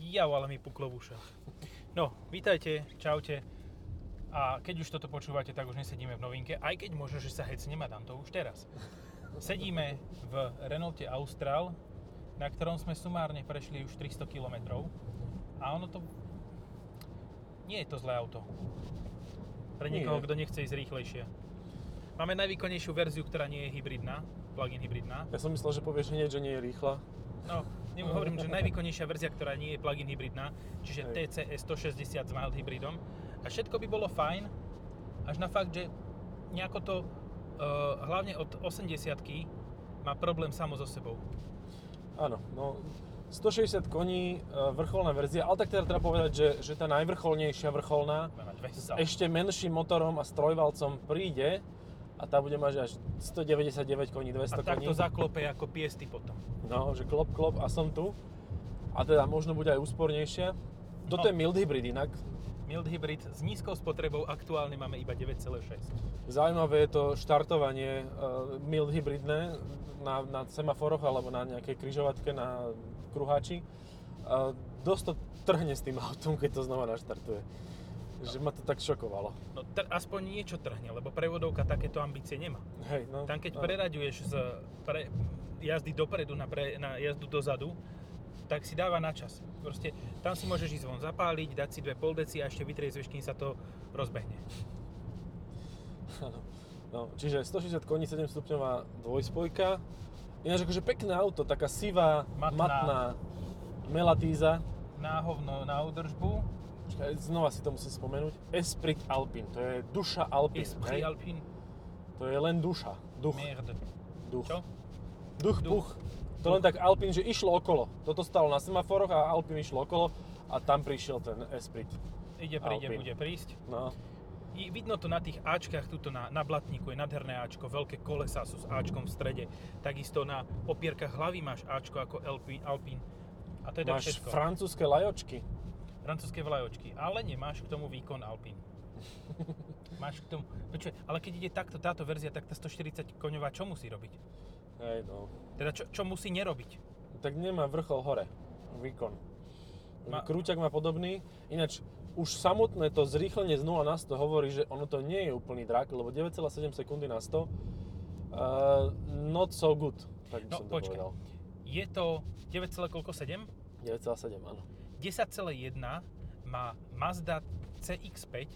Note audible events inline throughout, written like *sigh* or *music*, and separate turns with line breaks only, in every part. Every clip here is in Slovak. Jau, ale mi puklo v ušach. No, vítajte, čaute. A keď už toto počúvate, tak už nesedíme v novinke, aj keď možno, že sa hecnem a dám to už teraz. Sedíme v Renaulte Austral, na ktorom sme sumárne prešli už 300 km. A ono to... Nie je to zlé auto. Pre
Nie.
niekoho, kto nechce ísť rýchlejšie. Máme najvýkonnejšiu verziu, ktorá nie je hybridná, plug-in hybridná.
Ja som myslel, že povieš hneď, že nie je rýchla.
No, nemu hovorím, že najvýkonnejšia verzia, ktorá nie je plug-in hybridná, čiže
Hej.
TCE 160 s mild hybridom. A všetko by bolo fajn, až na fakt, že nejako to, eh, hlavne od 80 má problém samo so sebou.
Áno, no 160 koní, e, vrcholná verzia, ale tak teda treba povedať, že, že tá najvrcholnejšia vrcholná
Má mať
s
200.
ešte menším motorom a s trojvalcom príde a tá bude mať až 199 koní,
A
200 koní.
takto zaklope ako piesty potom.
No, že klop, klop a som tu. A teda možno bude aj úspornejšia.
No.
Toto je mild hybrid inak.
Mild hybrid s nízkou spotrebou aktuálne máme iba 9,6.
Zaujímavé je to štartovanie e, mild hybridné na, na semaforoch alebo na nejakej kryžovatke na kruháči. E, dosť to trhne s tým autom, keď to znova naštartuje. Že ma to tak šokovalo.
No tr- aspoň niečo trhne, lebo prevodovka takéto ambície nemá.
Hej, no.
Tam keď
no.
preraďuješ z pre, jazdy dopredu na, pre, na jazdu dozadu, tak si dáva na čas. Proste tam si môžeš ísť von zapáliť, dať si dve poldeci a ešte vytriezveš, kým sa to rozbehne.
*laughs* Áno. No, čiže 160 koní, 7 stupňová dvojspojka. Ináč akože pekné auto, taká sivá,
Matná.
matná, melatíza.
Náhovno na údržbu,
Počkaj, Znova si to musím spomenúť. Esprit Alpine, to je duša Alpine.
Esprit
hej?
Alpine,
To je len duša, duch.
merde.
Duch.
Čo?
Duch,
Duch.
puch. To len tak Alpin, že išlo okolo. Toto stalo na semaforoch a Alpin išlo okolo a tam prišiel ten Esprit.
Ide, príde,
Alpine.
bude prísť.
No,
I vidno to na tých Ačkách, tuto na, na blatníku je nádherné Ačko, veľké kolesá sú s Ačkom v strede. Takisto na opierkach hlavy máš Ačko ako Alpine. Alpine. A to je tak
máš
všetko.
francúzske lajočky.
francúzske vlajočky, ale nemáš k tomu výkon Alpine. Máš k tomu... Počuj, ale keď ide takto táto verzia, tak tá 140 koňová čo musí robiť?
Hej, no.
Teda čo, čo musí nerobiť?
Tak nemá vrchol hore, výkon.
Ma-
Ma... Krúťak má podobný, ináč už samotné to zrýchlenie z 0 na 100 hovorí, že ono to nie je úplný drak, lebo 9,7 sekundy na 100, uh, not so good, tak
No,
by som to
počkaj.
povedal.
Je to 9,7?
9,7, áno.
10,1 má Mazda CX-5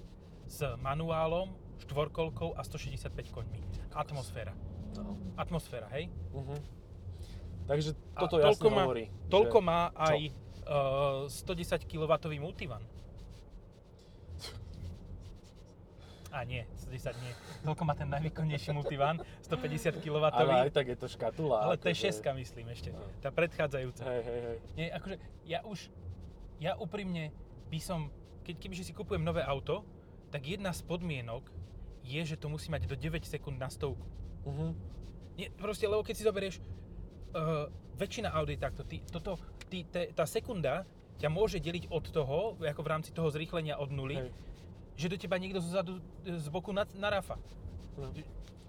s manuálom, štvorkolkou a 165 koňmi. Atmosféra.
No.
Atmosféra, hej?
Mhm. Takže
A
toto
toľko
jasne
má-
hovorí.
Toľko
že-
má aj uh, 110 kW multivan. A nie, 110 nie. Toľko má ten najvýkonnejší multivan, 150 kW.
Ale aj tak je to škatula.
ale to je
akože-
6 myslím ešte,
No.
tá predchádzajúca.
Hej, hej, hej.
Nie, akože ja už, ja úprimne by som, keď kebyže si kupujem nové auto, tak jedna z podmienok je, že to musí mať do 9 sekúnd na stovku.
Mhm.
Nie, proste, lebo keď si zoberieš, uh, väčšina aut je takto, ty, toto, ty, te, tá sekunda ťa môže deliť od toho, ako v rámci toho zrýchlenia od nuly,
Hej.
že do teba niekto zozadu, e, z boku na, naráfa.
No.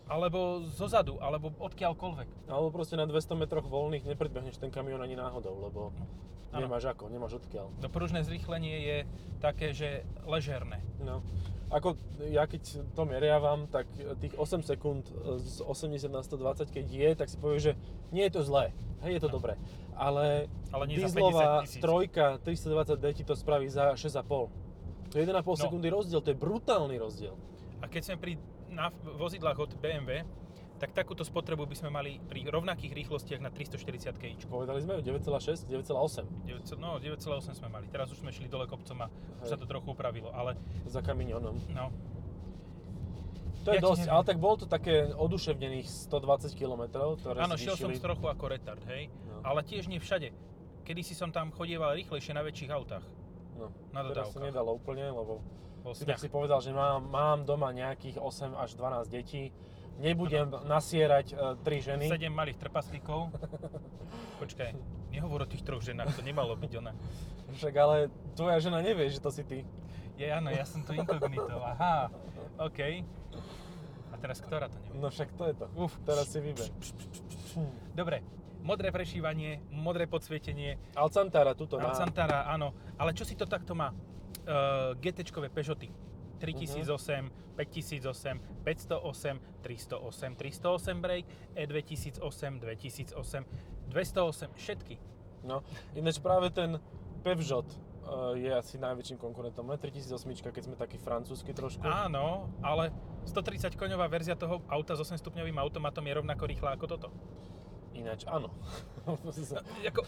Alebo zozadu, alebo odkiaľkoľvek.
Alebo proste na 200 metroch voľných nepredbehneš ten kamión ani náhodou, lebo
Áno.
nemáš ako, nemáš odkiaľ.
To No, pružné zrýchlenie je také, že ležerné.
No. Ako ja keď to meriavam, tak tých 8 sekúnd eh, z 80 na 120, keď je, tak si povieš, že nie je to zlé, hej, je to
No.
dobré. Ale,
Ale nie za 50
dieselová
tisíc.
trojka 320D ti to spraví za 6,5. To je 1,5
No.
sekundy rozdiel, to je brutálny rozdiel.
A keď sme pri na vozidlách od BMW, tak takúto spotrebu by sme mali pri rovnakých rýchlostiach na 340 km.
Povedali sme ju 9,6, 9,8
9, no, 9,8 sme mali. Teraz už sme šli dole kopcom a už sa to trochu upravilo, ale
za kamionom.
no,
To
Ja
je
ti
dosť,
neviem.
ale tak bolo to také oduševnených 120 km, ktoré
áno,
si
šiel som
vyšili.
trochu ako retard, hej,
No.
ale tiež nie všade. Kedy si som tam chodieval rýchlejšie na väčších autách.
No.
na
Teraz sa
dodávkach.
nedalo úplne, lebo
Bol
si tak
smiach.
si povedal, že mám, mám doma nejakých 8 až 12 detí, nebudem nasierať 3 ženy.
Sedem malých trpaslíkov. Počkaj, nehovor o tých troch ženách, to nemalo byť ona.
Však ale tvoja žena nevie, že to si ty.
Ja, áno, ja som tu inkognito, aha, OK. A teraz ktorá to nevie?
No však to je to.
Uf.
Teraz si vyber.
Dobre, modré prešívanie, modré podsvietenie,
Alcantara, tuto má.
Alcantara, áno. Ale čo si to takto má? Eh, Uh, GT-čkové Peugeoty.
Mhm.
3008, 5008, 508, 308, 308 brake, E E2008, 2008, 208, všetky.
No, ináč práve ten Peugeot eh, je asi najväčším konkurentom. Ne? 3008, keď sme taký francúzsky trošku.
Áno, ale 130 koňová verzia toho auta s 8-stupňovým automatom je rovnako rýchla ako toto.
Ináč, áno.
*laughs* Jako,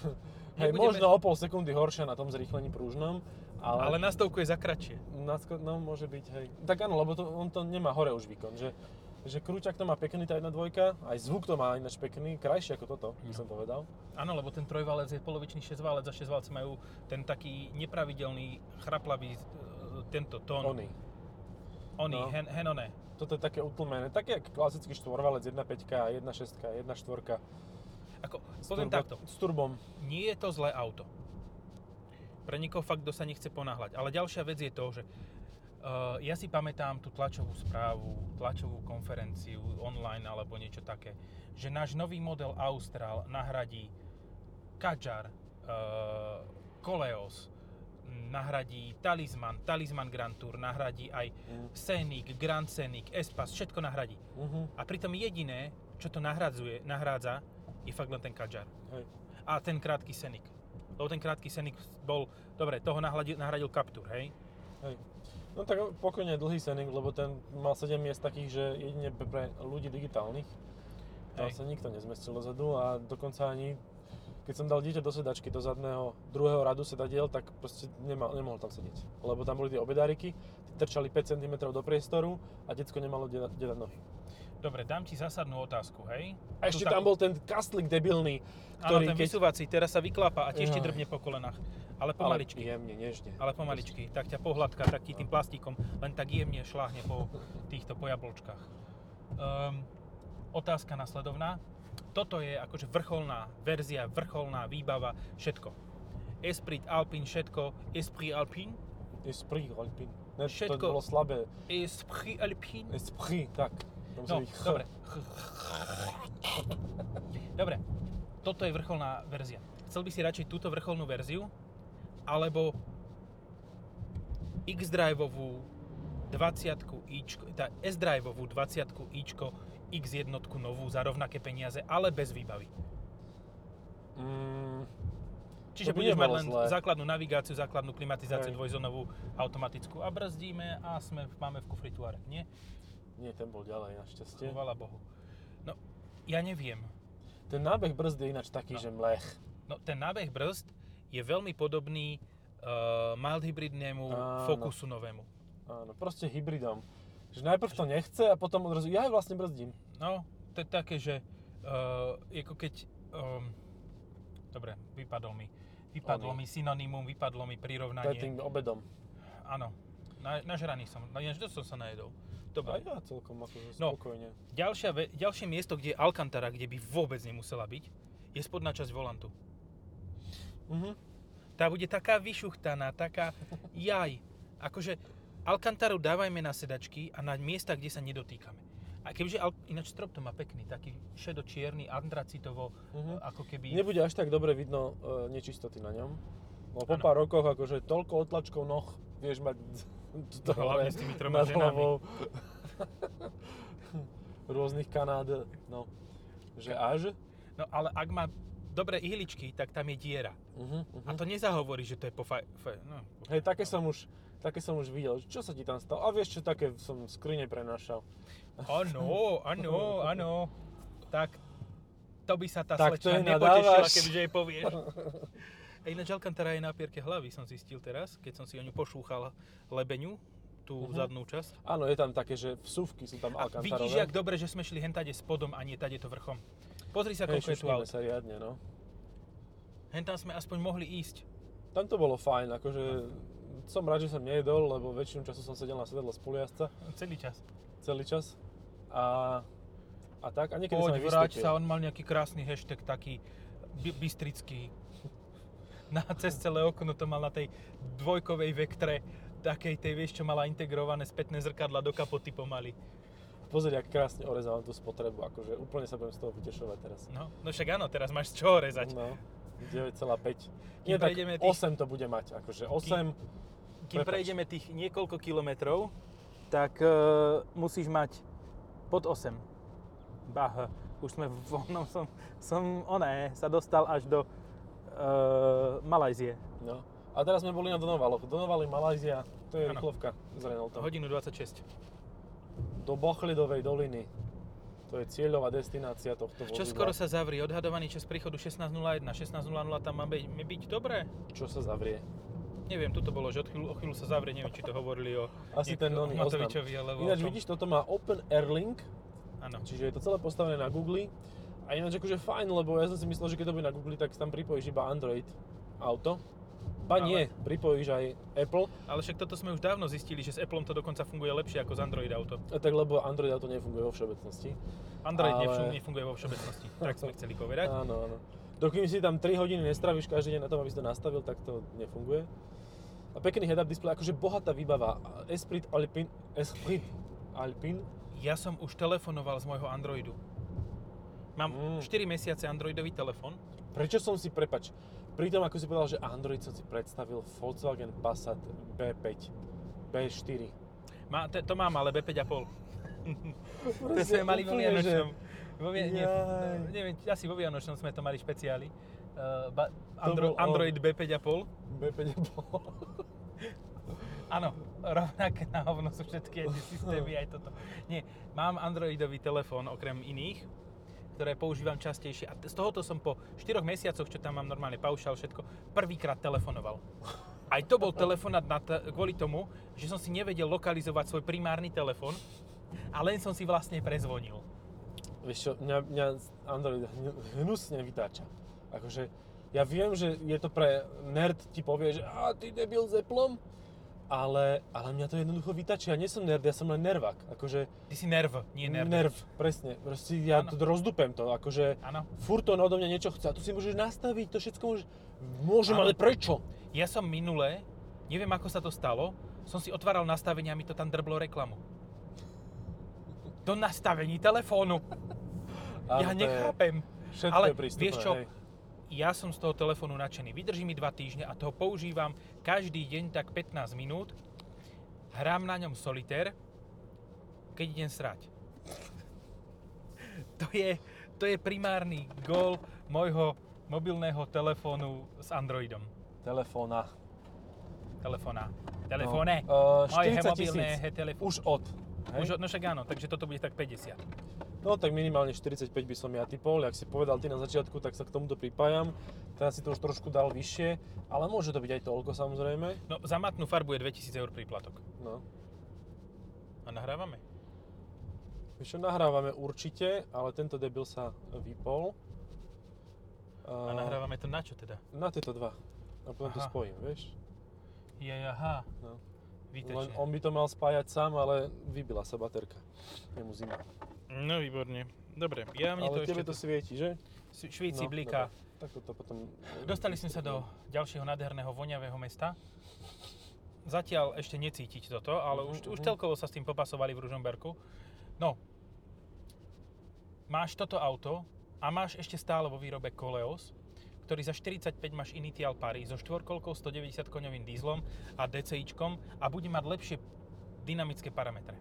Hej,
nebudeme-
možno o pol sekundy horšia na tom zrýchlení pružnom,
Ale
ale,
na stovku je zakračie.
na sko- no, môže byť, hej. Tak áno, lebo to, on to nemá hore už výkon, že, že krúťak to má pekný tá 1.2, aj zvuk to má ináč pekný, krajší ako toto, by
No.
som povedal.
Áno, lebo ten trojvalec je polovičný šesťvalec a šesťvalci majú ten taký nepravidelný, chraplavý e, tento tón.
Ony.
Oni,
No.
hen, henone.
Toto je také utlmené, také jak klasický štvorvalec, 1.5, 1.6, 1.4.
Ako,
No,
poviem takto,
S turbom.
nie je to zlé auto. Pre nikoho fakt, kto sa nechce ponáhľať. Ale ďalšia vec je to, že uh, ja si pamätám tú tlačovú správu, tlačovú konferenciu online alebo niečo také, že náš nový model Austral nahradí Kadžar, uh, Koleos, nahradí Talisman, Talisman Grand Tour, nahradí aj
Mm.
Scenic, Grand Scenic, Espas, všetko nahradí.
Mhm,
A pritom jediné, čo to nahradzuje, nahrádza, je fakt len ten Kadžar
hej.
a ten krátky Senik. Lebo ten krátky Senik bol, dobre, toho nahradil, nahradil Captur, hej?
Hej. No tak pokojne dlhý Sening, lebo ten mal 7 miest takých, že jedine pre ľudí digitálnych. Tam
Hej.
sa nikto nezmestil dozadu a dokonca ani keď som dal dieťa do sedačky do zadného druhého radu sedadiel, tak proste nemal, nemohol tam sedieť. Lebo tam boli tie obedáriky, tie trčali 5 cm do priestoru a detsko nemalo kde dať- kde dať nohy.
Dobre, dám ti zásadnú otázku, hej?
A ešte
Tu
tam bol ten kastlik debilný,
Áno,
ktorý
ten
keď...
vysúvací, teraz sa vyklápa a tiež ti
Jaj.
drbne po kolenách. Ale
Ale
pomaličky, ale,
jemne, nežne.
pomaličky. Tak ťa pohľadka, tak ti tým plastíkom len tak jemne šláhne po týchto po jablčkách. Um, otázka nasledovná. Toto je akože vrcholná verzia, vrcholná výbava, všetko. Esprit Alpine, všetko. Esprit Alpine?
Esprit, Alpin. Ne, to
Všetko-
bolo slabé.
Esprit Alpine?
Esprit, tak. To musí
No,
byť ch.
dobre. Dobre, toto je vrcholná verzia. Chcel by si radšej túto vrcholnú verziu, alebo X-Driveovú 20 ičko, tá S-Driveovú 20 ičko X1 novú za rovnaké peniaze, ale bez výbavy.
Mm,
Čiže
To by
budeš mať
nebolo
len
zlé.
základnú navigáciu, základnú klimatizáciu
Hej.
dvojzónovú, automatickú a brzdíme a sme, máme v kufri Touareg, nie?
nie, ten bol ďalej našťastie.
Chvala Bohu. No, ja neviem.
Ten nábeh brzd je ináč taký,
No.
že mlech.
No, ten nábeh brzd je veľmi podobný uh, mild hybridnému
Áno.
Focusu novému.
Áno, proste hybridom. Že najprv to nechce a potom odrazu, ja aj vlastne brzdím.
No, to je také, že uh, ako keď... Um, dobre, vypadol mi. Vypadlo
Oný.
mi synonymum, vypadlo mi
To je
prirovnanie.
tým obedom.
Áno. Na, nažraný som, na, to som sa najedol.
A
Dobre.
ja celkom akože
No.
spokojne.
Ďalšia, ve- ďalšie miesto, kde je Alcantara, kde by vôbec nemusela byť, je spodná časť volantu.
Mhm.
Tá bude taká vyšuchtaná, taká jaj. Akože Alcantaru dávajme na sedačky a na miesta, kde sa nedotýkame. A kebyže, al- ináč strop to má pekný, taký šedočierny, andracitovo,
Mhm.
ako keby...
Nebude až tak dobre vidno e, nečistoty na ňom. No po
Áno.
pár rokoch akože toľko otlačkov noh vieš mať *laughs*
No, hlavne s tými troma
nad
ženami.
hlavou. *laughs* Rôznych Kanád, no. Že až?
No ale ak má dobré ihličky, tak tam je diera.
Mhm, mhm.
A to nezahovorí, že to je po fa- fa- no, po-
Hej, také som už, také som už videl. Čo sa ti tam stalo? A vieš čo, také som v skrine prenašal.
Áno, áno, áno. no, Tak to by sa tá
Tak
slečna
to jej
nepotešila,
nadávaš.
kebyže jej povieš. *laughs* A ináč Alcantara je na pierke hlavy, som zistil teraz, keď som si o ňu pošúchal lebeňu, tú
Mhm.
zadnú časť.
Áno, je tam také, že vsúvky sú tam
A
Alcantarové.
vidíš, jak dobre, že sme šli hentade spodom a nie tade to vrchom. Pozri sa, koľko je tu aut.
sa riadne, no.
Hentam sme aspoň mohli ísť.
Tam to bolo fajn, akože som rád, že som nejedol, lebo väčšinu času som sedel na sedadle spolujazca
Celý čas.
celý čas. A, a tak, a niekedy
Poď,
som aj
vráť
vystúpil.
sa, on mal nejaký krásny hashtag taký by- bystrický. *laughs* Na, cez celé okno to mal na tej dvojkovej vektre, takej tej, vieš, čo mala integrované spätné zrkadla do kapoty pomaly.
Pozri, ak krásne orezal tú spotrebu, akože úplne sa budem z toho vytešovať teraz.
No, no však áno, teraz máš z čoho rezať.
No, 9,5.
Kým
Nie, tak
prejdeme tých-
8 to bude mať, akože 8,
Kým
Prepáč.
prejdeme tých niekoľko kilometrov, tak eh, musíš mať pod 8. Bah, už sme v onom, som, som oné, sa dostal až do uh, Malajzie.
no. A teraz sme boli na Donovaloch. Donovali Malajzia, to je
Áno.
rýchlovka z Renaultom.
Hodinu 26.
Do Bochlidovej doliny. To je cieľová destinácia tohto
Čo
vozidla.
skoro sa zavrie, odhadovaný čas príchodu 16.01, 16.00 tam má byť, byť dobré?
Čo sa zavrie?
Neviem, tuto bolo, že od chvíľu, o chvíľu sa zavrie, neviem, či to hovorili o
Asi ten nový oznam.
Matovičovi, alebo
Ináč
o tom.
vidíš, toto má Open Air Link,
Áno.
čiže je to celé postavené na Google. A ináč akože fajn, lebo ja som si myslel, že keď to bude na Google, tak si tam pripojíš iba Android auto. Ba
Ale-
nie, pripojíš aj Apple,
Ale však toto sme už dávno zistili, že s Appleom to dokonca funguje lepšie ako s Android auto.
e, tak lebo Android auto nefunguje vo všeobecnosti.
Android
Ale-
ale... nefunguje vo všeobecnosti, tak sme chceli povedať.
Áno, áno. Dokým si tam 3 hodiny nestravíš každý deň na tom, aby si to nastavil, tak to nefunguje. A pekný head-up display, akože bohatá výbava. Esprit Alpine, Esprit Alpine,
Ja som už telefonoval z môjho Androidu.
Mm.
Mám 4 mesiace Androidový telefon.
Prečo som si, prepač, pri tom, ako si povedal, že Android som si predstavil Volkswagen Passat B5, B4.
Má, te, to mám, ale B5,5. To
Proste
sme mali vo
úplne, že-
Vianočnom. Vo vi- nie,
Jaj.
neviem, asi vo Vianočnom sme to mali špeciáli. Uh, ba,
To
Andro,
bol on.
Android B5,5.
B5 bol.
Áno, rovnaké na hovno sú všetky aj
*laughs*
tie systémy, aj toto. Nie, mám Androidový telefón okrem iných, ktoré používam častejšie. A t- z tohoto som po 4 mesiacoch, čo tam mám normálne paušal, všetko, prvýkrát telefonoval. Aj to bol telefonát na t- kvôli tomu, že som si nevedel lokalizovať svoj primárny telefón a len som si vlastne prezvonil.
Vieš čo, mňa, mňa Android hn- hnusne vytáča. Akože, ja viem, že je to pre nerd, ti povie, že a ty debil s Appleom, ale, ale mňa to jednoducho vytačí. Ja nie som nerd, ja som len nervák. Akože,
Ty si nerv, nie nerd.
nerv, presne. Proste ja
Áno.
to rozdupem to, akože...
Áno.
furt on odo mňa niečo chce. A tu si môžeš nastaviť, to všetko môžeš... Môžem,
Áno.
ale prečo?
Ja som minulé, neviem ako sa to stalo, som si otváral nastavenia a mi to tam drblo reklamu. Do nastavení telefónu. ja
to je-
nechápem.
Všetko
Ale
je prístupné,
vieš čo,
hej.
Ja som z toho telefónu nadšený. Vydrží mi 2 týždne a toho používam každý deň tak 15 minút. Hrám na ňom solitér, keď idem srať. *laughs* To je, to je primárny gól môjho mobilného telefónu s Androidom.
Telefóna.
Telefóna. Telefóne.
No, uh,
Moje
40
mobilné
tisíc.
telefóny.
Už od. Hej?
Už, no však áno, takže toto bude tak 50.
No tak minimálne 45 by som ja typol. Ak si povedal ty na začiatku, tak sa k tomuto pripájam. Teraz si to už trošku dal vyššie, ale môže to byť aj toľko samozrejme.
No za matnú farbu je 2000 eur príplatok.
No.
A nahrávame.
Vieš čo, nahrávame určite, ale tento debil sa vypol.
A
Uh,
nahrávame to na čo teda?
Na tieto dva. A potom to
Aha.
spojím, vieš?
Je, aha.
No. Len
Výtečne.
on by to mal spájať sám, ale vybila sa baterka. Jemu zima.
No výborne. Dobre, ja mne
Ale
to
tebe
ešte...
to svieti, že? No,
Svi- Švíci bliká.
dobre. Tak toto potom...
Dostali sme sa do ďalšieho nádherného voňavého mesta. Zatiaľ ešte necítiť toto, ale
Mhm,
už, už
mhm.
celkovo sa s tým popasovali v Ružomberku. No, máš toto auto a máš ešte stále vo výrobe Coleos, ktorý za 45 máš Initial Paris so štvorkolkou 190 koňovým dízlom a DCIčkom a bude mať lepšie dynamické parametre.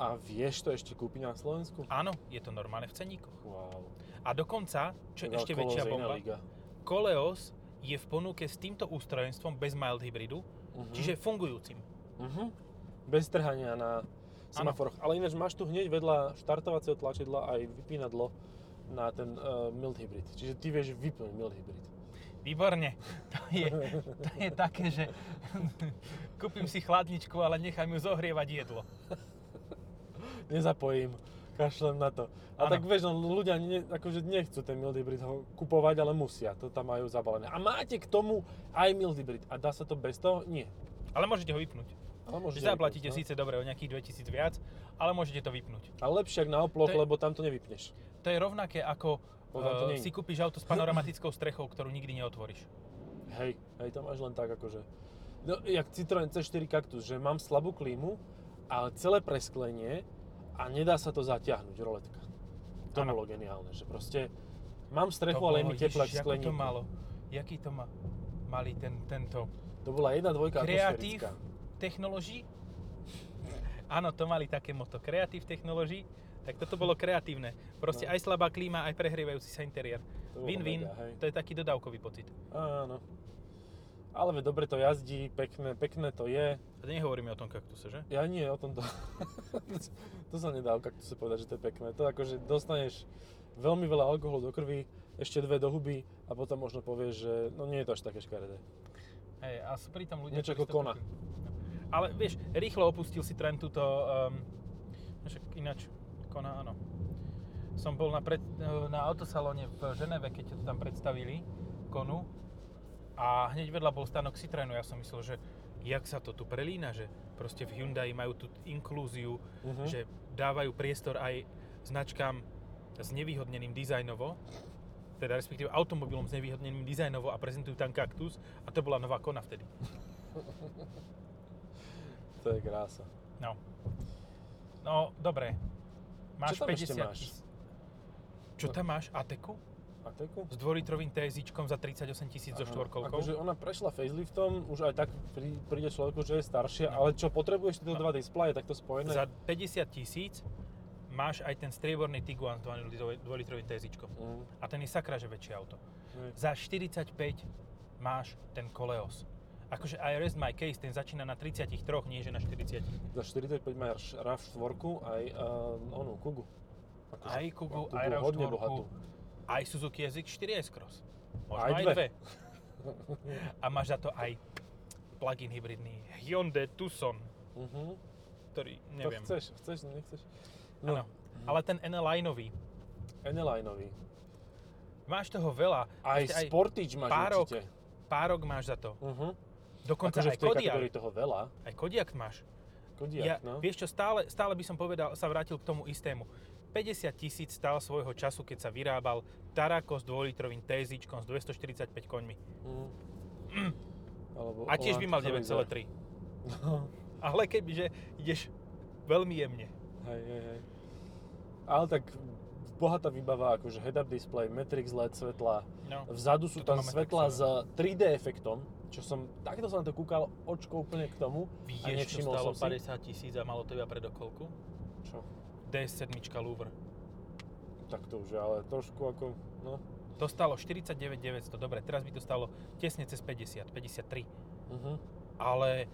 A vieš to ešte kúpiť na Slovensku?
Áno, je to normálne v ceníkoch.
Wow.
A dokonca, čo je
Tak
ešte
alkohol
väčšia
z No, iná
bomba,
liga.
Coleos je v ponuke s týmto ústrojenstvom bez mild hybridu,
Mhm.
čiže fungujúcim.
Mhm. Bez trhania na semaforoch. Ale ináč máš tu hneď vedľa štartovacieho tlačidla aj vypínadlo na ten uh, mild hybrid. Čiže ty vieš vypnúť mild hybrid.
Výborne. To je, to je také, že kúpim si chladničku, ale nechám ju zohrievať jedlo.
Nezapojím. Kašlem na to. A
Áno.
tak vieš, no, ľudia ne, akože nechcú ten mild hybrid ho kupovať, ale musia. To tam majú zabalené. A máte k tomu aj mild hybrid. A dá sa to bez toho? Nie.
Ale môžete ho vypnúť.
Ale môžete
Zaplatíte
vypnúť, no.
síce dobre o nejakých 2000 viac, ale môžete to vypnúť.
Ale lepšie ak na oploch,
To je-
lebo tam to nevypneš.
To je rovnaké ako
No, tam to
eh,
nie je.
si kúpiš auto s panoramatickou strechou, ktorú nikdy neotvoríš.
Hej, hej, to máš len tak akože... No, jak Citroen C4 Cactus, že mám slabú klímu, ale celé presklenie a nedá sa to zatiahnuť, roletka. To
Áno.
bolo geniálne, že proste mám strechu,
To
ale je
bolo,
mi teplá
Ježiš,
v
ako to
skleníku.
malo, jaký to má, malý ten, tento
To bola jedna dvojka
Kreatív
atmosférická.
Technology. Áno, to mali také moto, Creative Technology, tak toto bolo kreatívne. Proste
No.
aj slabá klíma, aj prehrievajúci sa interiér.
To bolo
Win-win,
mega, hej.
to je taký dodávkový pocit.
Áno. Ale veď dobre to jazdí, pekné, pekné to je.
A to nehovoríme o tom kaktuse, že?
Ja nie, o tom to... *laughs* to sa nedá o kaktuse povedať, že to je pekné. To akože dostaneš veľmi veľa alkoholu do krvi, ešte dve do huby a potom možno povieš, že no nie je to až také škaredé.
Hej, a sú pritom ľudia... ktorí
Niečo ako
si to
kona.
pekú- No. Ale vieš, rýchlo opustil si trend túto... Um, však ináč, kona, áno. Som bol na, pred, e, na autosalóne v Ženeve, keď to tam predstavili, konu. A hneď vedľa bol stanok Citroenu. Ja som myslel, že jak sa to tu prelína, že proste v Hyundai majú tú inklúziu,
Mhm.
že dávajú priestor aj značkám s nevýhodneným dizajnovo, teda respektíve automobilom s nevýhodneným dizajnovo a prezentujú tam kaktus a to bola nová kona vtedy.
To je krása.
No. No, dobre. Máš
Čo tam ešte
50
máš?
tis- Čo tam máš? Ateku?
A teku?
S dvojlitrovým TSIčkom za 38 tisíc so
Áno,
štvorkolkou?
Akože ona prešla faceliftom, už aj tak prí, príde človeku, že je staršia,
No.
ale čo potrebuješ tieto
No.
dva displeje takto spojené?
Za 50 tisíc máš aj ten strieborný Tiguan s 2-litrovým TSIčkom.
Mm,
A ten je sakra, že väčšie auto.
hej.
Za 45 máš ten Koleos. Akože I rest my case, ten začína na 33, nie že na 40.
Za 45 máš RAV4 aj uh, onú Kugu. Akože
Aj Kugu,
tú
aj
bolo hodne
RAV4,
bohatú.
aj Suzuki SX4 S-Cross. Možno
Aj
aj,
dve.
dve. A máš za to aj plug-in hybridný Hyundai Tucson,
Mhm.
ktorý
To
neviem.
chceš, chceš, no nechceš. No,
Áno. Ale ten NL-lineový,
Enelineový.
máš toho veľa.
Aj
Ešte
Sportage máš
párok.
určite.
Párok máš za to.
Uh-huh.
Dokonca
Akože
aj
v tej
Kodiak.
kategórii toho veľa.
Aj Kodiak máš.
Kodiak,
ja,
no.
Vieš čo, stále, stále by som povedal, sa vrátil k tomu istému. 50 tisíc stál svojho času, keď sa vyrábal Tarako s 2-litrovým tézičkom s 245 koňmi.
Mm.
*clears throat*
Alebo No,
A tiež by
Land
mal
Cruiser. *laughs*
9,3. Ale kebyže ideš veľmi jemne.
hej, hej, hej. Ale tak bohatá výbava, akože head-up display, Matrix LED svetla,
No.
Vzadu sú
Toto
tam
máme
svetla
fixované.
s 3D efektom, čo som, takto som na to kúkal očko úplne k tomu. A
Vieš, čo
nevšimol
stálo
som si?
50 tisíc a malo to iba predokolku?
Čo?
DS7 Louvre.
Tak to už je, ale trošku ako, no.
To stalo 49 900, dobre, teraz by to stalo tesne cez 50, 53.
Uh-huh.
Ale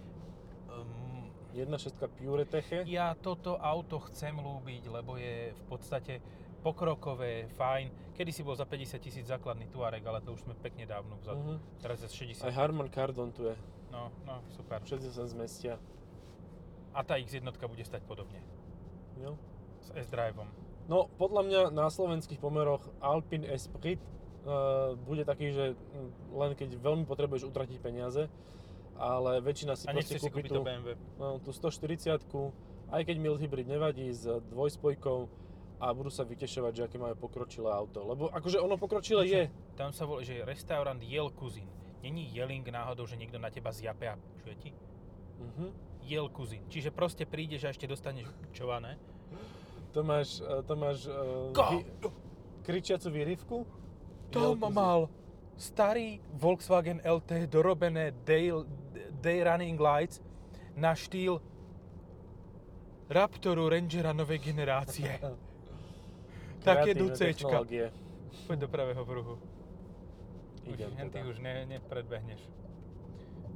um,
1.6 Pure Teche.
ja toto auto chcem lúbiť, lebo je v podstate pokrokové, fajn. Kedy si bol za 50 tisíc základný Tuareg, ale to už sme pekne dávno vzadu.
Uh-huh.
Teraz je 60.
Aj Harman Kardon tu je,
No, no, super.
všetci sa zmestia.
A tá X1 bude stať podobne.
No.
S S-Driveom.
no, podľa mňa na slovenských pomeroch Alpine Esprit uh, bude taký, že mm, len keď veľmi potrebuješ utratiť peniaze, ale väčšina si
A nechceš
proste
si kúpiť
kúpi tú,
to BMW.
No, tú 140 aj keď mild hybrid nevadí s dvojspojkou a budú sa vytešovať, že aké majú pokročilé auto. Lebo akože ono pokročilé
Čo?
je.
Tam sa volá, že je restaurant Jel Kuzin. Není Jeling náhodou, že niekto na teba zjape a čuje ti?
Mhm.
Jel Kuzin. Čiže proste prídeš a ešte dostaneš čované.
To máš, e, to máš uh,
Ko?
kričiacu výrivku.
To
Jelku
ma
si-
mal starý Volkswagen LT dorobené day, day Running Lights na štýl Raptoru Rangera novej
*laughs*
generácie. Také
Kreatívne
ducečka.
technológie.
Poď do pravého pruhu. Už,
Idem
hen ty
teda.
už ne, nepredbehneš.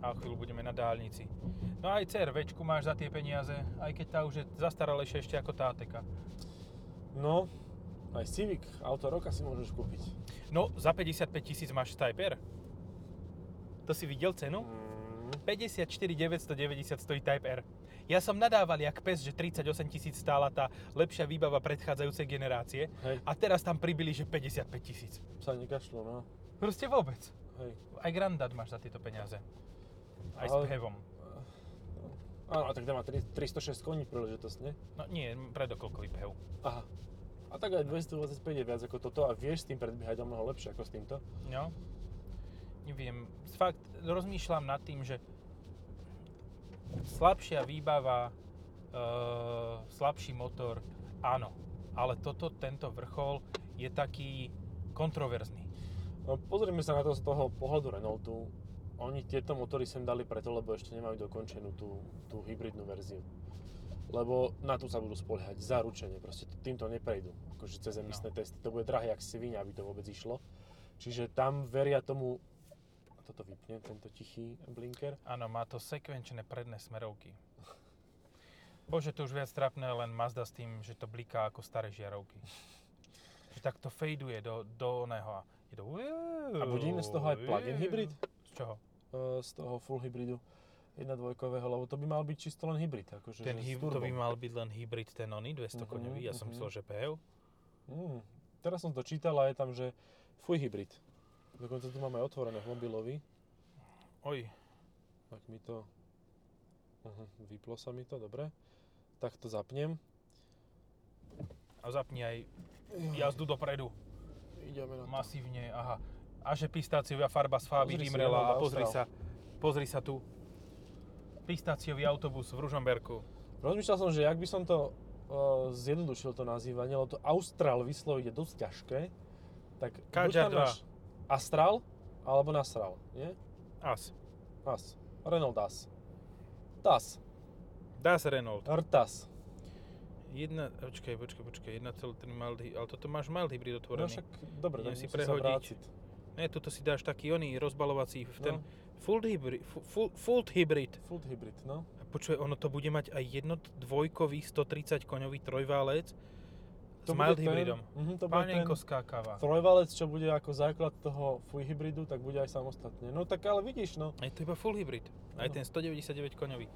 A o chvíľu budeme na dálnici. No aj CRVčku máš za tie peniaze, aj keď tá už je zastaralejšia ešte ako tá ATK.
No, aj Civic, auto roka si môžeš kúpiť.
No, za 55 tisíc máš Type R. To si videl cenu?
Mm.
54 990 stojí Type R. Ja som nadával jak pes, že 38 tisíc stála tá lepšia výbava predchádzajúcej generácie
Hej,
a teraz tam pribili, že 55 tisíc.
sa nekašlo, no.
Proste vôbec.
Hej.
Aj Grandad máš za tieto peniaze. Aj s
Ale-
pevom.
Áno, No. a tak tam má tri- 306 koní príležitosť, nie?
No nie, predokolkový pev.
Aha. A tak aj 225 je viac ako toto a vieš s tým predbiehať o mnoho lepšie ako s týmto.
No, neviem, fakt rozmýšľam nad tým, že slabšia výbava, e, slabší motor, áno, ale toto, tento vrchol je taký kontroverzný.
No, pozrime sa na to z toho pohľadu Renaultu. Oni tieto motory sem dali preto, lebo ešte nemajú dokončenú tú, tú hybridnú verziu. Lebo na tú sa budú spoliehať, zaručene, proste t- týmto neprejdú. Akože cez emisné no. testy, to bude drahé, ak svinia, aby to vôbec išlo. Čiže tam veria tomu, a toto vypne, tento tichý blinker.
Áno, má to sekvenčné predné smerovky. Bože, to už viac trápne len Mazda s tým, že to bliká ako staré žiarovky. Že tak to fejduje do, do oného a je to...
A bude iné z toho aj plug-in hybrid?
Z čoho?
e, z toho full hybridu 1.2, lebo to by mal byť čisto len hybrid. Akože,
Ten
že s
hyb, to
turbom.
by mal byť len hybrid, ten oný, 200
Mhm,
koňový, ja som
mhm.
myslel, že E PHEV.
Mm, teraz som to čítal a je tam, že fuj hybrid. Dokonca tu máme otvorené v mobilovi,
Oj,
tak mi to... Uh-huh, vyplo sa mi to, dobre. Tak to zapnem.
a zapni aj jazdu dopredu,
Ideme na to.
masívne, aha. A že pistáciová farba z Fáby
Pozri si,
vymrela a
Renault
pozri sa,
Austral.
pozri sa tu. Pistáciový autobus v Ružomberku.
Rozmýšľal som, že jak by som to e, zjednodušil to nazývanie, lebo to Austral vysloviť je dosť ťažké. Tak buď
Kadža
tam máš Astral, alebo Nasral, nie?
As.
As. Renault Das. Das. No
Das Renault.
Rtas.
Jedna, počkaj, počkaj, počkaj, 1,3 mild, hy- ale toto máš mild hybrid
No
otvorený.
však, dobre,
Idem
tak
si
si
prehodiť.
prehodiť. Sa vrátiť.
Ne, tuto si dáš taký oný rozbalovací, v ten
No.
full hybrid, fu- full, full hybrid.
Full hybrid, no.
A Počuj, ono to bude mať aj jedno dvojkový 130 koňový trojválec s mild hybridom.
Uh-huh, to bude ten
Pánenko skákava.
trojvalec, čo bude ako základ toho full hybridu, tak bude aj samostatne. No tak ale vidíš, no. *laughs*
Je to iba full hybrid. Aj
Áno.
ten 199 koňový.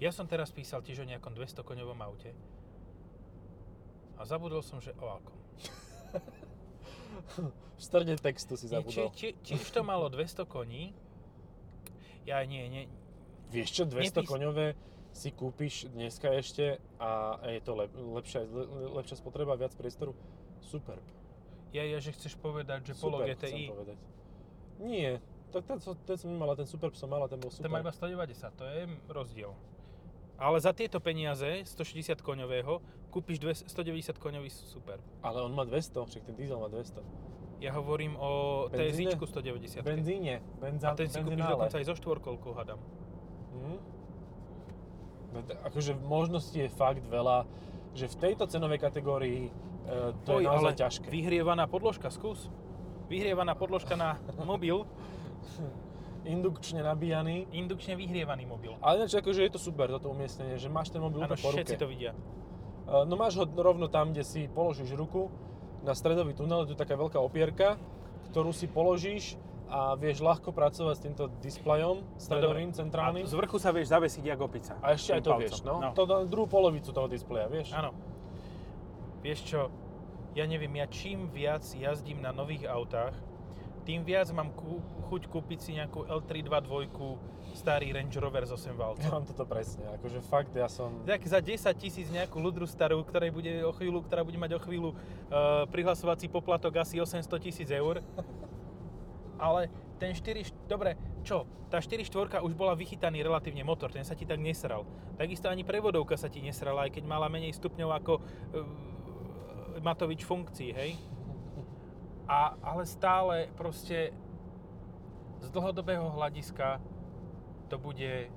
Ja som teraz písal tiež o nejakom 200 koňovom aute. A zabudol som, že o akom.
V strede textu si
Nie, Či,
zabudol.
či, tiež to malo 200 koní. Ja nie, nie.
Vieš čo, 200
nepís-
koňové si kúpiš dneska ešte a je to lep, lepšia, le, lepšia spotreba, viac priestoru. Superb.
Ja, ja, že chceš povedať, že Polo
Superb, chcem
GTI.
povedať. Nie, tak ten, som- ten som nemala, ten Superb som mala, ten bol
To má
super.
iba 190, to je rozdiel. Ale za tieto peniaze, 160 koňového, kúpiš dve- 190 koňový super.
Ale on má 200, však ten diesel má 200.
Ja hovorím o
Benzíne?
TSIčku 190.
Benzíne,
A
benza,
ten si kúpiš
benzinále.
dokonca aj so štvorkolkou, hadam.
Mhm. No, t- akože možností je fakt veľa, že v tejto cenovej kategórii e, to
Oj,
je
ale
naozaj ťažké.
Vyhrievaná podložka, skús. Vyhrievaná podložka na mobil,
Indukčne nabíjaný.
indukčne vyhrievaný mobil.
Ale ináč akože je to super toto umiestnenie, že máš ten mobil
Áno,
úplne po ruke.
všetci to vidia.
E, No máš ho rovno tam, kde si položíš ruku, na stredový tunel, je tu taká veľká opierka, ktorú si položíš a vieš ľahko pracovať s týmto displejom stredovým,
No
centrálnym.
A z vrchu sa vieš zavesiť ako opica.
A ešte aj
Tým
to
palcom.
vieš, no. To dá druhú polovicu toho displeja, vieš.
Áno. Vieš čo, ja neviem, ja čím viac jazdím na nových autách, tým viac mám kú, chuť kúpiť si nejakú L322 starý Range Rover z 8 valcov.
*laughs* Ja mám toto presne, akože fakt ja som...
Tak za 10 tisíc nejakú ľudru starú, ktorej bude o chvíľu, ktorá bude mať o chvíľu e, prihlasovací poplatok asi 800 tisíc eur. Ale ten 4, št- dobre, čo, tá 4 štvorka už bola vychytaný relatívne motor, ten sa ti tak nesral. Takisto ani prevodovka sa ti nesrala, aj keď mala menej stupňov ako e, Matovič funkcií, hej? A, ale stále proste z dlhodobého hľadiska to bude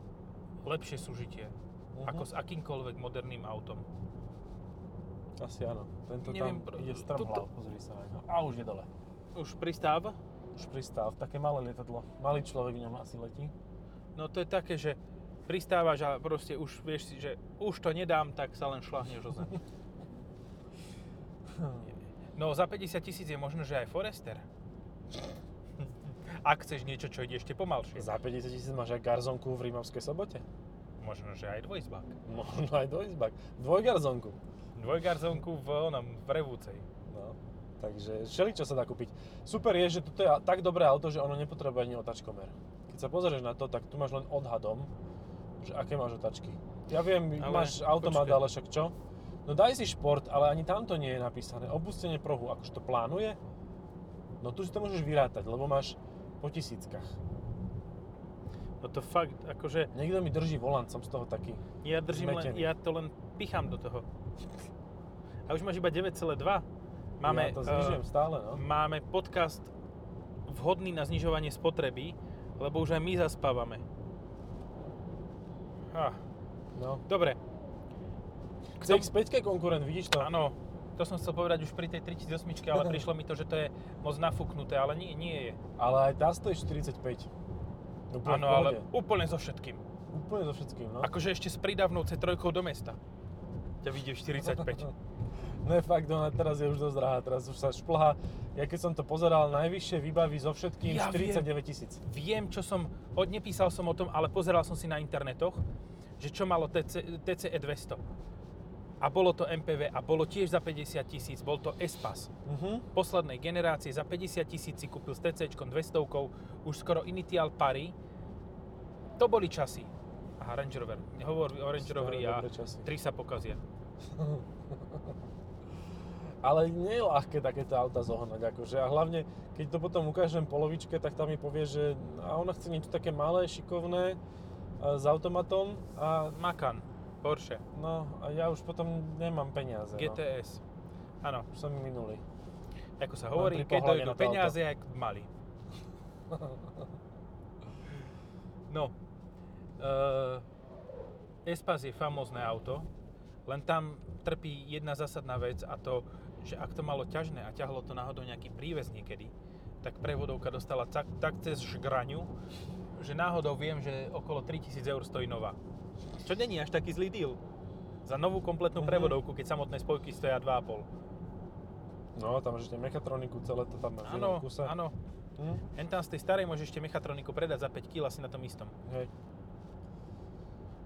lepšie súžitie
Mhm.
ako s akýmkoľvek moderným autom.
Asi áno. Tento
Neviem,
tam
pro-
ide strom
toto-
hlav, pozri sa na ňo. A už je dole.
Už pristáv?
Už pristáv, také malé lietadlo. Malý človek v ňom asi letí.
No to je také, že pristávaš a proste už vieš si, že už to nedám, tak sa len šlahneš o *laughs* zem. No za 50 tisíc je možno, že aj Forester. *laughs* Ak chceš niečo, čo ide ešte pomalšie.
Za 50 tisíc máš aj garzonku v Rímavskej sobote.
Možno, že aj dvojizbák.
Možno aj dojizbak. Dvojgarzonku.
Dvojgarzónku v onom, v Revúcej.
No. Takže všeličo sa dá kúpiť. Super je, že toto je a- tak dobré auto, že ono nepotrebuje ani otačkomer. Keď sa pozrieš na to, tak tu máš len odhadom, že aké máš otačky. Ja viem,
Ale
máš automat,
počkaj.
ale však čo? No daj si šport, ale ani tam to nie je napísané. Opustenie prohu, akože to plánuje. No tu si to môžeš vyrátať, lebo máš po tisíckach.
No to fakt, akože
Niekto mi drží volant, som z toho taký.
ja držím len,
Zmetený.
ja to len pichám do toho. A už máš iba 9,2. Máme,
ja to
eh,
znižujem stále, no.
máme podcast vhodný na znižovanie spotreby, lebo už aj my zaspávame. Ah,
no.
dobre.
Chce X5 konkurent, vidíš to?
Áno, to som chcel povedať už pri tej 3008,
*laughs*
ale prišlo mi to, že to je moc nafúknuté, ale nie, nie je.
Ale aj tá stojí No 45. Úplne
Áno, ale úplne so všetkým.
Úplne so všetkým, no.
Akože ešte s prídavnou C3 do mesta. Ťa vidie v 45.
No je fakt, ona teraz je už dosť drahá, teraz už sa šplhá. Ja keď som to pozeral, najvyššie vybaví so všetkým
Ja
49 tisíc.
Viem, čo som, od, nepísal som o tom, ale pozeral som si na internetoch, že čo malo TC, TCE 200. A bolo to MPV a bolo tiež za 50 tisíc, bol to Espas.
Mhm.
poslednej generácie za 50 tisíc si kúpil s TC 200, už skoro Initial Pari. To boli časy. Aha, Range Rover. Hovor o Range
Staré
Roveri a
dobré časy.
tri sa pokazia.
Ale nie je ľahké takéto auta zohnať, akože. A hlavne, keď to potom ukážem polovičke, tak tam mi povie, že a ona chce niečo také malé, šikovné, e, s automatom a
Macan, Porsche,
no, a ja už potom nemám peniaze. No.
GTS. Áno,
Už som mi minuli.
ako sa
Mám
hovorí, keď
pri pohľade
dojdú
No, na to auto.
peniaze, jak mali. No, uh, Espas je famózne auto, len tam trpí jedna zásadná vec a to, že ak to malo ťažné a ťahlo to náhodou nejaký prívez niekedy, tak prevodovka dostala tak, tak cez žgraňu, že náhodou viem, že okolo 3000 eur stojí nová. Čo není až taký zlý deal. Za novú kompletnú
Mhm.
prevodovku, keď samotné spojky stoja 2,5.
No, tam máš ešte mechatroniku, celé to tam máš v jednom
Áno,
kuse.
áno.
Hm?
Hen tam z tej starej môžeš ešte mechatroniku predať za 5 kg asi na tom istom.
Hej,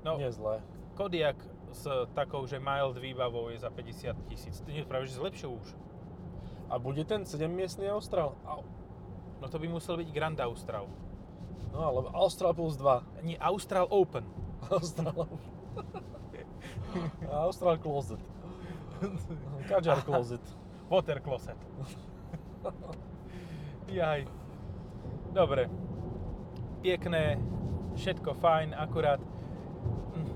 No,
nie zlé.
Kodiak s takou, že mild výbavou je za 50 tisíc. To nie je práve, že s lepšou už.
A bude ten 7-miestný Austral? Au.
No to by musel byť Grand Austral.
No, ale Austral plus 2.
Nie, Austral Open.
*laughs* Austral. *laughs* Austral Closet. Kajar Closet.
Water Closet. *laughs* Jaj. Dobre. Pekné, všetko fajn, akurát... mm,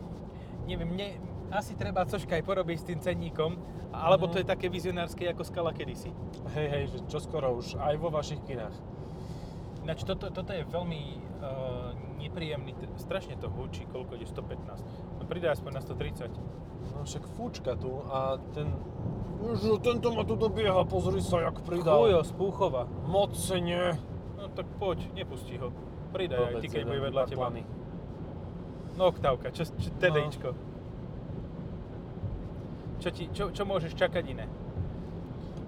Neviem, ne, asi treba troška aj porobiť s tým cenníkom, alebo to
Mhm.
je také vizionárske ako skala kedysi.
Hej, hej, že čoskoro už aj vo vašich kinách.
Ináč toto, toto je veľmi uh, nepríjemný, tr- strašne to hučí, koľko ide 115. No pridaj aspoň na 130.
No však fúčka tu a ten... No, Že tento ma tu dobieha, pozri sa, jak pridal.
Chujo, spúchova.
Mocne.
No tak poď, nepustí ho. Pridaj aj ty, keď bude vedľa teba.
Plany.
No oktávka, čo, čo TDIčko. Čo, ti, čo, čo môžeš čakať iné?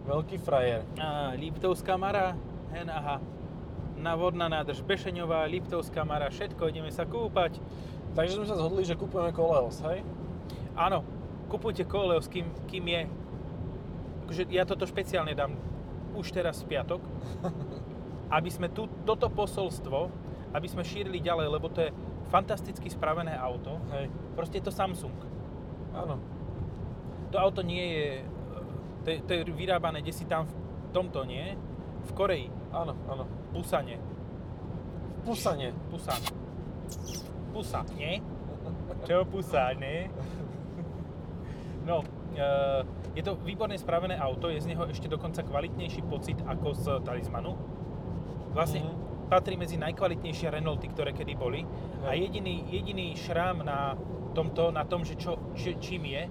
Veľký frajer.
Á, Liptovská Mara, hen aha. Navodná nádrž Bešeňová, Liptovská Mara, všetko, ideme sa kúpať.
Takže sme sa zhodli, že kupujeme Koleos, hej?
Áno, kupujte Koleos, kým, kým je. Akože ja toto špeciálne dám už teraz v piatok, aby sme tu, toto posolstvo, aby sme šírili ďalej, lebo to je fantasticky spravené auto.
Hej.
Proste je to Samsung.
Áno.
To auto nie je... To je, to je vyrábané desi tam v tomto, nie? V Koreji.
Áno, áno.
Pusane.
Pusanie.
Pusan. Pusa, nie? Čo pusa, nie? No, e, je to výborne spravené auto, je z neho ešte dokonca kvalitnejší pocit ako z Talismanu. Vlastne
Mhm.
patrí medzi najkvalitnejšie Renaulty, ktoré kedy boli. A
Hej.
jediný, jediný šrám na tomto, na tom, že čo, či, čím je,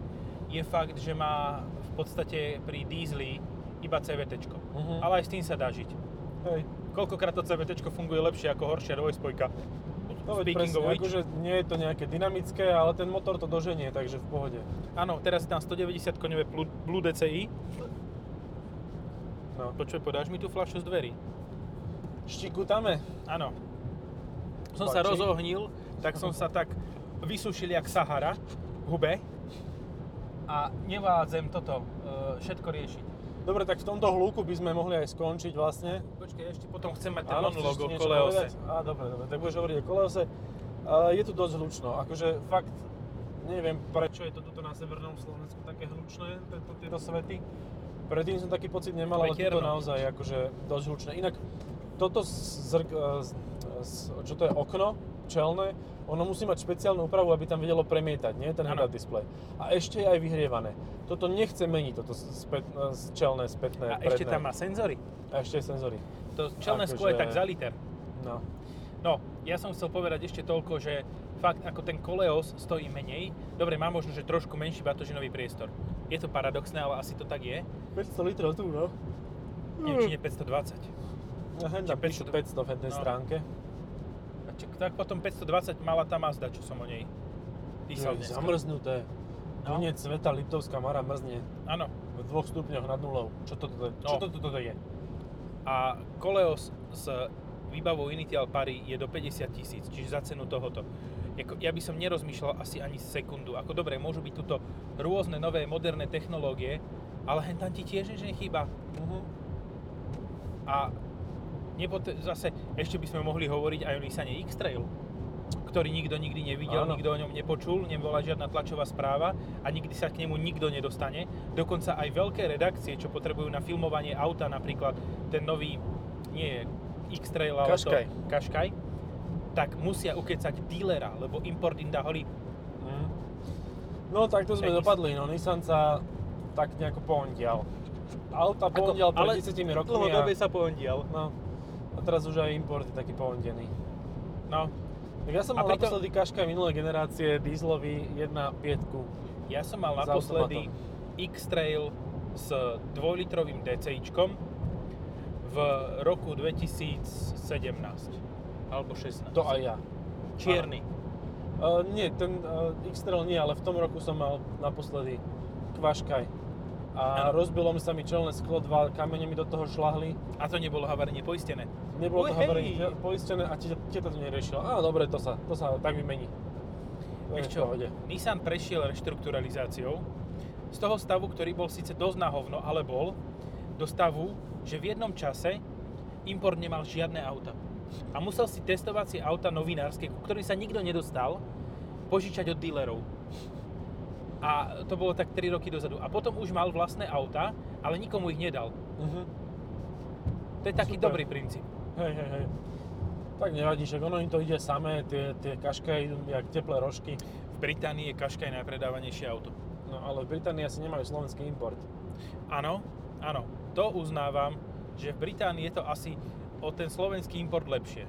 je fakt, že má v podstate pri dízli iba CVT.
Mhm.
Ale aj s tým sa dá žiť.
Hej.
Koľkokrát to CVT funguje lepšie ako horšia dvojspojka.
No veď
Speaking
presne,
of which,
akože nie je to nejaké dynamické, ale ten motor to doženie, takže v pohode.
áno, teraz je tam 190 koňové plu- Blue DCI.
No.
Počuj, podáš mi tú fľašu z dverí?
Štikutame.
Áno. Som sa
Páči.
rozohnil, tak som sa tak vysušil jak Sahara v hube a nevádzem toto e, všetko riešiť.
Dobre, tak v tomto hľúku by sme mohli aj skončiť vlastne.
Počkej, ešte potom chcem mať ten
Áno, chceš
monolog
ešte
o
vlastne, niečo
koleose.
povedať? Á, dobre, dobre, tak budeš hovoriť o koleose. A je tu dosť hlučno, akože fakt neviem prečo je to tuto na severnom Slovensku také hlučné, tento, tieto svety. Predtým som taký pocit nemal, ale
Veterno.
tuto naozaj akože dosť hlučné. Inak toto zrk, e, z- z- čo to je okno čelné, ono musí mať špeciálnu úpravu, aby tam vedelo premietať, nie? Ten
Áno.
head display. A ešte je aj vyhrievané. Toto nechce meniť, toto spät, e, čelné, spätné,
A ešte
predné.
tam má senzory.
A ešte aj senzory.
To čelné sklo je
Akože-
tak za liter.
No.
No, ja som chcel povedať ešte toľko, že fakt ako ten Koleos stojí menej, dobre, má možno, že trošku menší batožinový priestor. Je to paradoxné, ale asi to tak je.
500 litrov tu, no.
Neviem, či nie 520.
No, hen tam píšu 500 v tej
No.
stránke.
A čo, tak potom 520 mala tá Mazda, čo som o nej písal
Jej,
dneska.
Zamrznuté.
No.
No. Koniec sveta, Liptovská Mara mrzne
Áno.
v dvoch stupňoch nad nulou. Čo toto to,
No.
čo toto to, je?
A Koleos s výbavou Initial Pari je do 50 tisíc, čiže za cenu tohoto. Jako- Ja by som nerozmýšľal asi ani sekundu. Ako dobre, môžu byť tuto rôzne nové moderné technológie, ale hen tam ti tiež nič nechýba.
Uh-huh.
A nepote- zase ešte by sme mohli hovoriť aj o Nissane X-Trail, ktorý nikto nikdy nevidel,
Áno.
nikto o ňom nepočul, nebola žiadna tlačová správa a nikdy sa k nemu nikto nedostane. Dokonca aj veľké redakcie, čo potrebujú na filmovanie auta, napríklad ten nový, nie je X-Trail, ale to-
Qashqai.
Qashqai, tak musia ukecať dílera, lebo import im dá holý
Mm. No takto sme
Tak
dopadli, no Nissan sa tak nejako pondial. Auta
Ako-
pondial
ale
pred 10 rokmi a,
dlhodobé sa pondial.
no, a teraz už aj import je taký pondený.
No,
Tak ja som
A
mal
pritom-
naposledy Kaška minulé generácie dieselový 1.5.
Ja som mal
S
naposledy X-Trail s 2-litrovým DCIčkom v roku 2017 alebo 16.
To aj ja.
Čierny.
Uh, nie, ten uh, X-Trail nie, ale v tom roku som mal naposledy Kvaškaj. A
Áno.
rozbilo mi sa mi čelné sklo, dva kamene mi do toho šlahli.
A to nebolo havarne poistené.
Nebolo to
Uhej.
havarenie te- poistené a tie- teta to neriešila. Á, dobre, to sa, to sa tak vymení. To je
Vieš
v
čo,
pohode.
Nissan prešiel reštrukturalizáciou z toho stavu, ktorý bol síce dosť na hovno, ale bol, do stavu, že v jednom čase import nemal žiadne auta. A musel si testovacie auta novinárske, ku ktorým sa nikto nedostal, požičať od dealerov. A to bolo tak 3 roky dozadu. A potom už mal vlastné auta, ale nikomu ich nedal.
Mhm.
To je taký
Super.
dobrý princíp.
Hej, hej, hej. Tak nevadí, že ono im to ide samé, tie, tie kaškaj idú jak teplé rožky.
V Británii je Qashqai najpredávanejšie auto.
No ale v Británii asi nemajú slovenský import.
Áno, áno, to uznávam, že v Británii je to asi o ten slovenský import lepšie.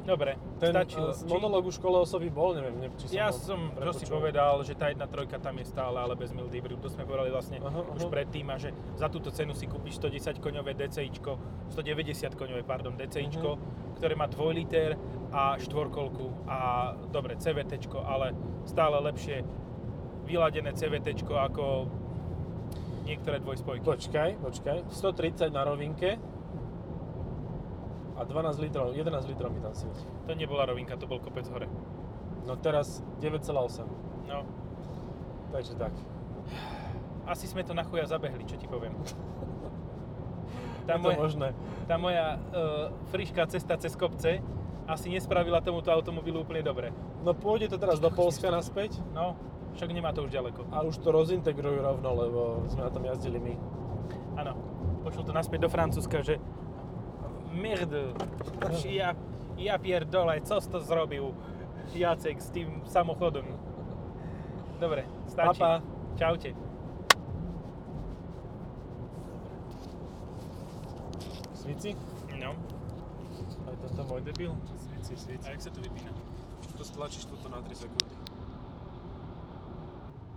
Dobre,
Ten
stačilo.
Stačilo,
Či-
monolog už kole osoby bol, neviem, ne, či som
ja
ho
som čo si
prepočul.
povedal, že tá jedna trojka tam je stále, ale bez mild hybridu. To sme povedali vlastne
Aha,
už
aha.
predtým a že za túto cenu si kúpiš 110 koňové DCIčko, 190 koňové, pardon, DCIčko,
Mhm.
ktoré má 2 liter a štvorkolku a dobre, CVTčko, ale stále lepšie vyladené CVTčko ako niektoré dvojspojky.
Počkaj, počkaj. 130 na rovinke. A 12 litrov, 11 litrov mi tam svieti.
To nebola rovinka, to bol kopec hore.
No teraz 9,8.
No,
Takže tak.
asi sme to na chuja zabehli, čo ti *laughs* poviem.
je
Tá
to
moja,
možné.
tá moja uh, frišká cesta cez kopce asi nespravila tomuto automobilu úplne dobre.
No pôjde to teraz do Polska naspäť
No, však nemá to už ďaleko.
a už to rozintegrujú rovno, lebo sme na tom jazdili my.
Áno, pošlo to naspäť do Francúzska, že merde, či ja, ja pierdole, co si to zrobil Jacek s tým samochodom. Dobre, stačí.
Pa, pa.
Čaute.
Svici?
No,
Aj tento môj debil? Svici, svici.
jak sa to vypína?
To stlačíš toto na 3 sekundy.